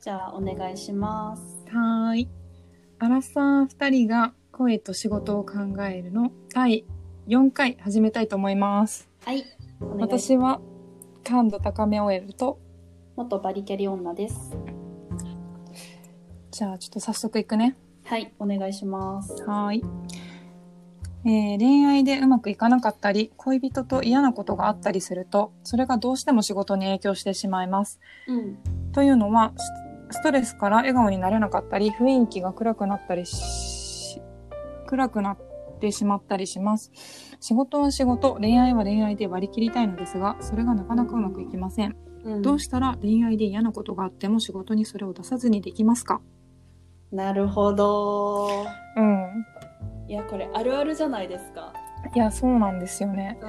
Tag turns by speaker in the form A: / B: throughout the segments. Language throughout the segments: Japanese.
A: じゃあお願いします。
B: はーい。アラサー2人が声と仕事を考えるの第4回始めたいと思います。
A: はい。お願いします。
B: 私は感度高め OL と、
A: 元バリキャリ女です。
B: じゃあちょっと早速いくね。
A: はい、お願いします。
B: はーい。えー恋愛でうまくいかなかったり恋人と嫌なことがあったりするとそれがどうしても仕事に影響してしまいます
A: うん。
B: というのはスストレスから笑顔になれなかったり雰囲気が暗くなったりし暗くなってしまったりします仕事は仕事恋愛は恋愛で割り切りたいのですがそれがなかなかうまくいきません
A: うん、
B: どうしたら恋愛で嫌なことがあっても仕事にそれを出さずにできますか
A: なるほど。
B: うん
A: いや、これあるあるじゃないですか。
B: いやそうなんですよね
A: う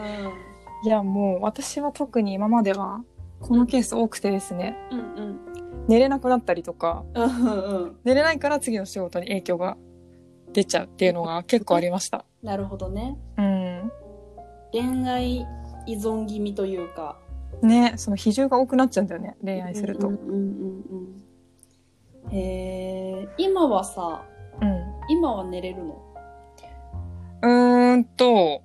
A: ん。
B: いやもう私は特に今まではこのケース多くてですね
A: うんうん。
B: 寝れなくなったりとか
A: うんうんうん。
B: 寝れないから次の仕事に影響が出ちゃうっていうのが結構ありました
A: なるほどね。
B: うん
A: 恋愛依存気味というか。
B: ねその比重が多くなっちゃうんだよね恋愛すると、
A: うんうんうんうん。へえ、今はさ、
B: うん
A: 今は寝れるの
B: うんんと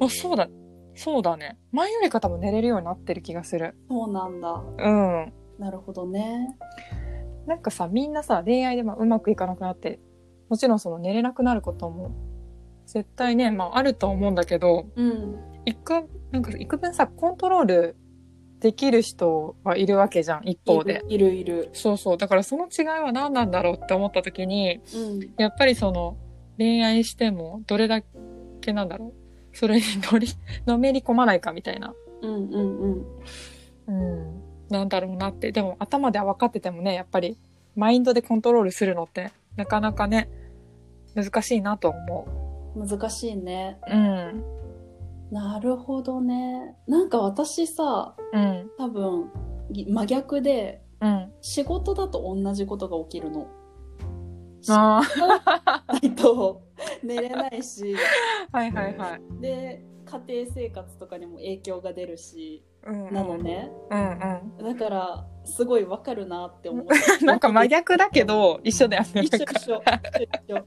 B: あそうだそうだね前よりか多分寝れるようになってる気がする
A: そうなんだ。
B: うん
A: なるほどね。
B: なんかさみんなさ恋愛でまあうまくいかなくなってもちろんその寝れなくなることも絶対ね、まあ、あると思うんだけど
A: うん。
B: いくなんかいく分さコントロールできる人はいるわけじゃん一方で。
A: いるいる。
B: そうそうだからその違いは何なんだろうって思った時に
A: いるうん。
B: やっぱりその恋愛してもどれだけなんだろうそれに乗り、 のめり込まないかみたいな。
A: うんうんうん。
B: うん。なんだろうなって。でも頭では分かっててもね、やっぱりマインドでコントロールするのってなかなかね、難しいなと思
A: 難しいね。
B: う。うん。
A: なるほどね。なんか私さ、
B: うん。
A: 多分、ぎ真逆で、
B: うん。
A: 仕事だと同じことが起きるの。
B: あ
A: ないと寝れないし、
B: あ。はいはいはい。
A: で、家庭生活とかにも影響が出るし、
B: うん、
A: なの。ね。
B: うんう
A: だ
B: ん。
A: から、すごいわかるなって思う。
B: なんか真逆だけど、一緒だよね。
A: 一緒一緒。一緒一緒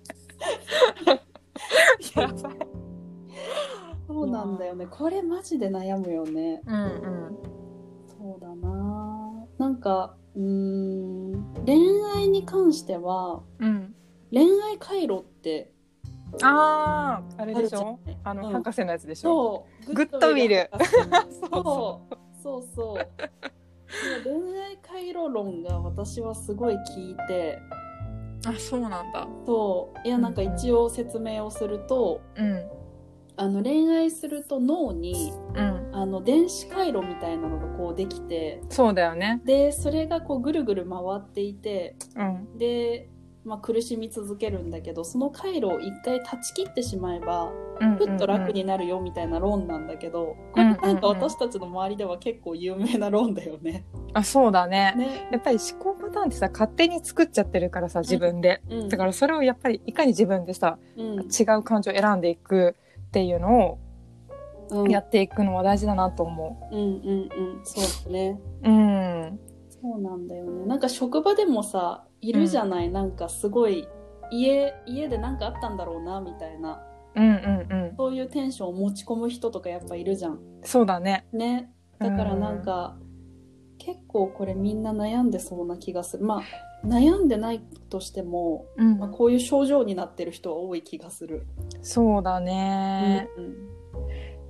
B: やばい。
A: そうなんだよね。これマジで悩むよね。
B: うんうん。
A: そうだななんか、うーん、恋愛に関しては、
B: うん。
A: 恋愛回路って
B: ああ、あれ
A: ある
B: でし
A: じゃ
B: ょ
A: ない
B: あの、
A: うん
B: 博士のやつでしょ
A: そう
B: グッドウィル
A: グッドウィル博士
B: そう
A: そうそうそうでも恋愛回路論が私はすごい聞いて
B: あそうなんだ
A: そういやなんか一応説明をすると
B: うん
A: あの恋愛すると脳に
B: うん
A: あの電子回路みたいなのがこうできて
B: そうだよね
A: でそれがこうぐるぐる回っていて
B: うん
A: で、まあ、苦しみ続けるんだけどその回路を一回断ち切ってしまえば
B: うん
A: ふっと楽になるよみたいな論なんだけど、こ
B: う
A: れ
B: んうんう
A: なんんか私たちの周りでは結構有名な論だよね。
B: あそうだね
A: ね。
B: やっぱり思考パターンってさ勝手に作っちゃってるからさ自分で、
A: うん
B: だからそれをやっぱりいかに自分でさ、
A: うん
B: 違う感情を選んでいくっていうの
A: う
B: を
A: ん、
B: やっていくのは大事だなと思
A: うんうんうん、そうだね。
B: ううん
A: そうなんだよね。なんか職場でもさ、いるじゃない、なんかすごい、家、家でなんかあったんだろうな、みたいな。
B: うんうんうん
A: そういうテンションを持ち込む人とかやっぱいるじゃん。
B: そうだね
A: ね。だからなんか、結構これみんな悩んでそうな気がする。まあ、悩んでないとしても、
B: うん、
A: まあ、こういう症状になってる人は多い気がする。
B: そうだね、
A: うん、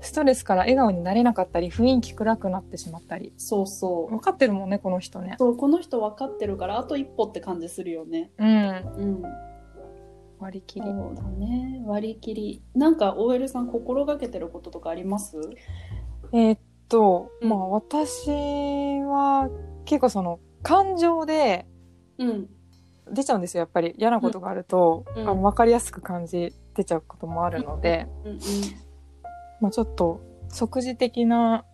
B: ストレスから笑顔になれなかったり雰囲気暗くなってしまったり
A: そうそう
B: 分かってるもんねこの人ね
A: そうこの人分かってるからあと一歩って感じするよね
B: うん
A: うん
B: 割り切り
A: そうだね割り切りなんか OL さん心がけてることとかあります
B: えーっと、
A: うん
B: まあ私は結構その感情で
A: うん
B: 出ちゃうんですよやっぱり嫌なことがあると、
A: うん
B: あの分かりやすく感じ出ちゃうこともあるので、
A: うん
B: まあ、ちょっと即時的な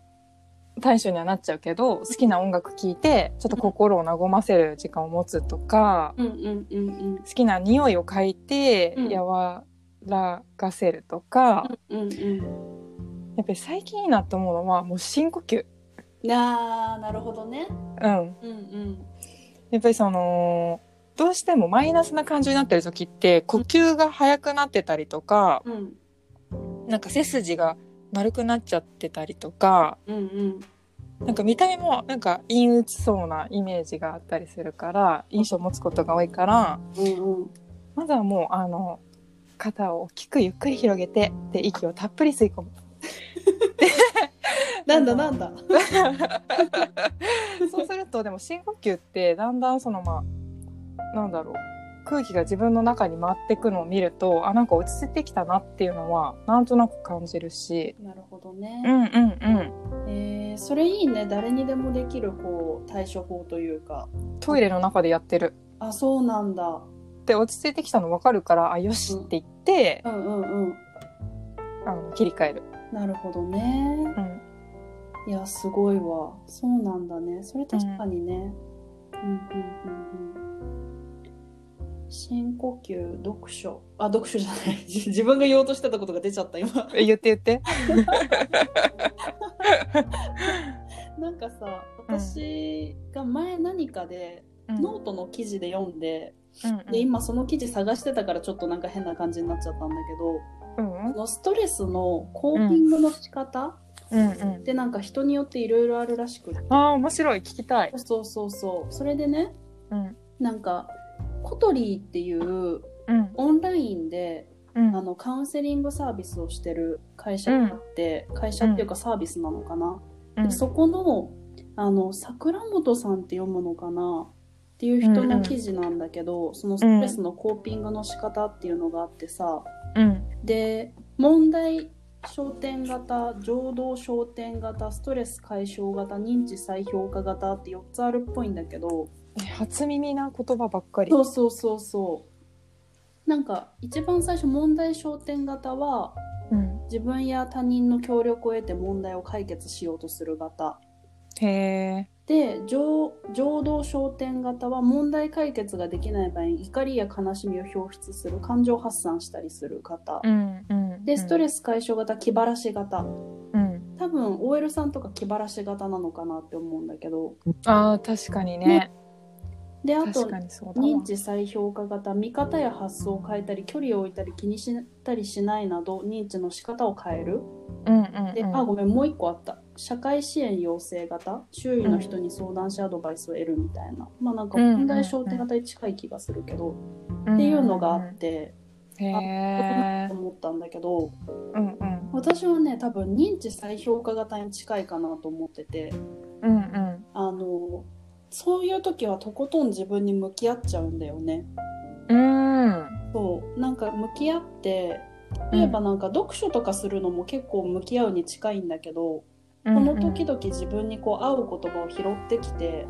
B: 対処にはなっちゃうけど好きな音楽聴いてちょっと心を和ませる時間を持つとか、
A: うんうんうんうん
B: 好きな匂いを嗅いて
A: うん
B: 和らがせるとか、
A: うんうん
B: やっぱり最近いいなと思うのはもう深呼吸。
A: うんあーなるほどね
B: うん
A: うんうん
B: やっぱりその、どうしてもマイナスな感情になってる時って、呼吸が速くなってたりとか、
A: うん
B: なんか背筋が丸くなっちゃってたりとか、
A: うんうん
B: なんか見た目もなんか陰鬱そうなイメージがあったりするから、印象を持つことが多いから、
A: うんうん
B: まずはもう、あの、肩を大きくゆっくり広げて、で、息をたっぷり吸い込む。
A: なんだなんだ
B: そうすると、でも深呼吸って、だんだんその、まあ、なんだろう。空気が自分の中に回ってくのを見ると、あ、なんか落ち着いてきたなっていうのは、なんとなく感じるし。
A: なるほど
B: うん
A: ね、
B: うんうん。
A: えーそれいいね誰にでもできる方対処法というか
B: トイレの中でやってる。
A: あそうなんだ
B: で、落ち着いてきたの分かるから、あ、よしって言って
A: う、んうんうん
B: あの、切り替える。
A: なるほどね
B: うん。
A: いやすごいわそうなんだねそれ確かにね、うん、うんうんうん深呼吸読書あ読書じゃない 自分が言おうとしてたことが出ちゃった今
B: え言って言って。
A: なんかさ私が前何かで、
B: うん
A: ノートの記事で読んで
B: うん
A: で今その記事探してたからちょっとなんか変な感じになっちゃったんだけど
B: うん
A: そのストレスのコーピングの仕方
B: うんうん。
A: ってなんか人によっていろいろあるらしくって
B: ああ、面白い。聞きたい。
A: そうそうそうそれでね
B: うん。
A: なんかコトリーっていう
B: うん。
A: オンラインで
B: うん。
A: あのカウンセリングサービスをしてる会社があって、会社っていうかサービスなのかな、
B: うん
A: でそこのあの桜本さんって読むのかなっていう人の記事なんだけど、そのストレスのコーピングの仕方っていうのがあってさ、
B: うん。
A: で問題焦点型情動焦点型ストレス解消型認知再評価型って4つあるっぽいんだけど、
B: 初耳な言葉ばっかり。
A: そうそうそうそうなんか一番最初問題焦点型は
B: うん、
A: 自分や他人の協力を得て問題を解決しようとする型
B: へえ。
A: で情情動焦点型は問題解決ができない場合に怒りや悲しみを表出する感情発散したりする型、
B: うんうん。
A: でストレ
B: ス。
A: ス解消型気晴らし型
B: うん。
A: 多分 OL さんとか気晴らし型なのかなって思うんだけど
B: ああ、確かにね
A: ね。であと
B: 確かにそうだわ。
A: 認知再評価型見方や発想を変えたり距離を置いたり気にしたりしないなど認知の仕方を変える
B: うんうん、うん。
A: で、あごめんもう一個あった社会支援要請型周囲の人に相談しアドバイスを得るみたいな、まあなんか
B: うんうんうん
A: 問題焦点型に近い気がするけど、
B: ん
A: っていうのがあって、
B: へえ
A: と。思ったんだけど
B: うんうん。
A: 私はね多分認知再評価型に近いかなと思ってて
B: うんうん。
A: あのそういう時はとことん自分に向き合っちゃうんだよね。
B: うん。
A: そうなんか向き合って例えばなんか読書とかするのも結構向き合うに近いんだけど、
B: うんうん
A: この時々自分にこう合う言葉を拾ってきて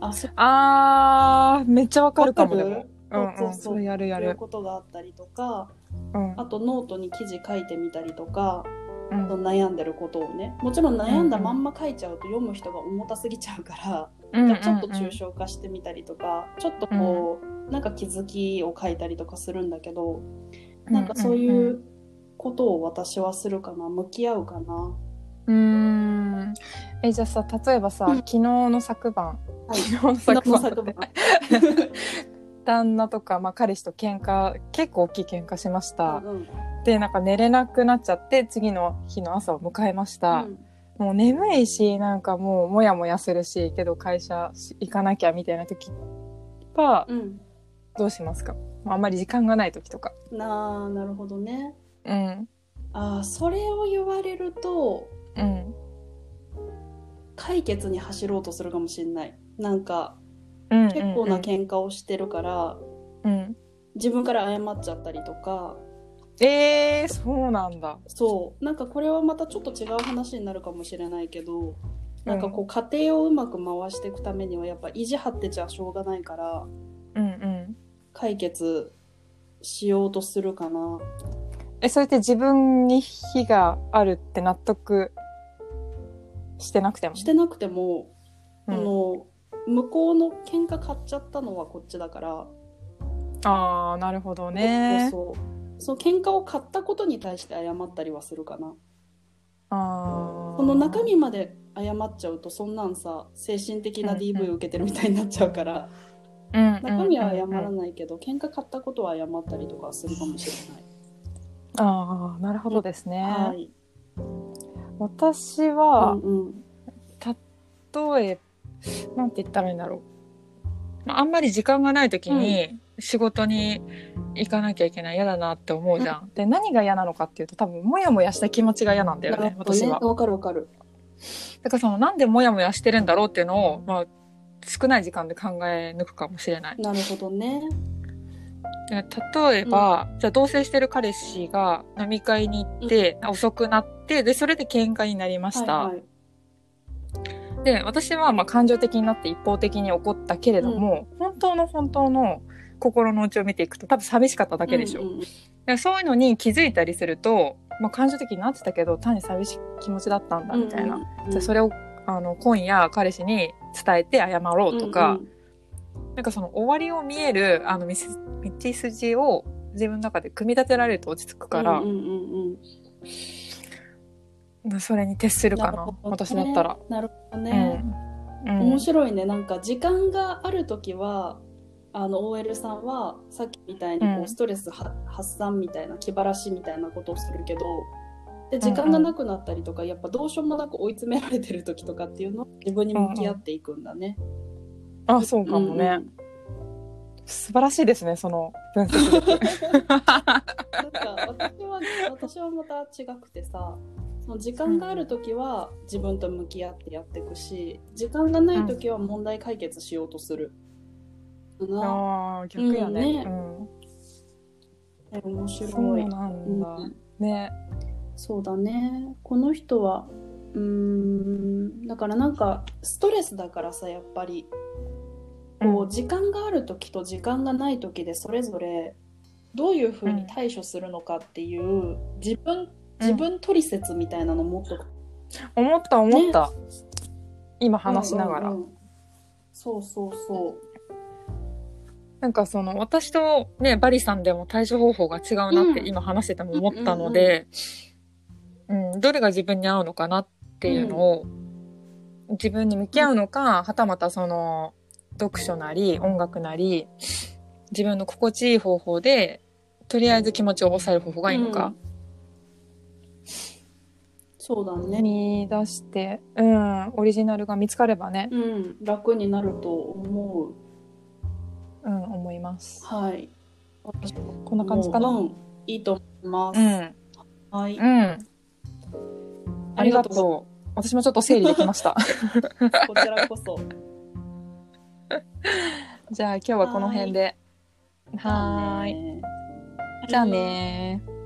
A: あそう
B: ああ、めっちゃわかるかもで
A: わか
B: も
A: る。
B: うん。
A: そううんそうそう
B: それやるや
A: いう
B: る。
A: ことがあったりとか
B: うん
A: あとノートに記事書いてみたりとか
B: う
A: あと
B: ん
A: 悩んでることをねもちろん悩んだまんま書いちゃうと読む人が重たすぎちゃうから。
B: うん。
A: ちょっと抽象化してみたりとか、ちょっとこう、なんか気づきを書いたりとかするんだけど、
B: うん
A: なんかそういうことを私はするかな、向き合うかな。
B: うーん。え、じゃあさ、例えばさ、
A: うん
B: 昨日の昨晩、
A: はい
B: 昨日の
A: 昨日
B: 昨
A: の
B: 晩
A: 昨晩。
B: 旦那とか、まあ、彼氏と喧嘩、結構大きい喧嘩しまし
A: う
B: た。
A: んうん
B: で、なんか寝れなくなっちゃって、次の日の朝を迎えました。もう眠いし、なんかもうモヤモヤするし、けど会社し行かなきゃみたいな時は、
A: うん
B: どうしますかまああんまり時間がない時とか。
A: うんなあ、なるほどね。
B: うん。
A: ああ、それを言われると、
B: うん。
A: 解決に走ろうとするかもしれない。なんか、
B: うん、
A: 結構な喧嘩をしてるから、
B: うんうん。
A: 自分から謝っちゃったりとか、
B: ええー、そうなんだ。
A: そうなんかこれはまたちょっと違う話になるかもしれないけどなんかこ
B: う
A: う家庭をうまく回していくためにはやっぱ意地張ってちゃしょうがないから
B: うんうん。
A: 解決しようとするかな
B: え、それって自分に非があるって納得してなくても。
A: してなくても、
B: う
A: あ
B: ん、
A: の向こうの喧嘩買っちゃったのはこっちだから、
B: ああ、なるほどね。
A: そうそうそう喧嘩を買ったことに対して謝ったりはするかな
B: ああ。
A: この中身まで謝っちゃうとそんなんさ精神的な DV を受けてるみたいになっちゃうから、
B: うんうん
A: 中身は謝ら
B: うん
A: ないけど、喧嘩買ったことは謝ったりとかするかもしれない。
B: ああなるほどですね、
A: はい。
B: 私
A: う
B: は
A: んうん。
B: 例えなんて言ったらいいんだろう、まあ、あんまり時間がない時に仕事に行かなきゃいけない嫌だなって思うじゃん、で何が嫌なのかっていうと多分モヤモヤした気持ちが嫌なんだよ
A: な
B: ね
A: るほど
B: 私
A: ね
B: は
A: わかるわかる。
B: だからそのなんでモヤモヤしてるんだろうっていうのを、まあ、少ない時間で考え抜くかもしれない
A: なるほどね。
B: え例えば、じゃあ同棲してる彼氏が飲み会に行って、遅くなってでそれで喧嘩になりました、
A: はいはい。
B: で私はまあ感情的になって一方的に怒ったけれども、本当の本当の心の内を見ていくと多分寂しかっただけでしょ、
A: うんうん
B: でそういうのに気づいたりすると、まあ、感情的になってたけど単に寂しい気持ちだったんだみたいな、
A: うんうんうん
B: じゃあそれをあの今夜彼氏に伝えて謝ろうと
A: う
B: か、
A: んうん
B: なんかその終わりを見えるあの道す道筋を自分の中で組み立てられると落ち着くから、
A: うんうんうん
B: それに徹するかな
A: なるほどね
B: 私だったら。
A: うん、なるほどね、
B: うんうん
A: 面白いねなんか時間がある時はあの OL さんはさっきみたいにこ
B: う
A: うんストレスは発散みたいな気晴らしみたいなことをするけどで時間がなくなったりとか、やっぱどうしようもなく追い詰められてる時とかっていうのを自分に向き合っていくんだね。
B: あそうかもね、
A: うんうん
B: 素晴らしいですねその分析力。
A: なんか私は私はまた違くてさその時間がある時は自分と向き合ってやっていくし時間がない時は問題解決しようとする。な
B: ああ逆やね,、うん
A: 面
B: そ
A: 白い。
B: うなんだ、
A: うん
B: ね
A: そうだねこの人はうーんだからなんかストレスだからさやっぱりこ
B: う
A: う時間がある時と時間がない時でそれぞれどういうふうに対処するのかっていう自分自分取説みたいなの持っとく
B: 思った思った、今話しながら、
A: うんうんうんそうそうそ
B: なんかその私とねバリさんでも対処方法が違うなって
A: うん
B: 今話してても思ったので、うんどれが自分に合うのかなっていうのを、自分に向き合うのかはたまたその読書なり音楽なり自分の心地いい方法でとりあえず気持ちを抑える方法
A: う。
B: がいいのか、
A: そうだね。
B: 見出して、うん、オリジナルが見つかればね、
A: うん、楽になると思う。
B: うん、思います。
A: はい。
B: こんな感じかな。
A: うん、いいと思いま
B: う
A: す。
B: ん、
A: はい。
B: うん、ありが
A: ありがと
B: とう。私もちょっと整理できま した。
A: こちらこそ。
B: じゃあ今日はこの辺で。はーい。
A: い
B: じゃあねー。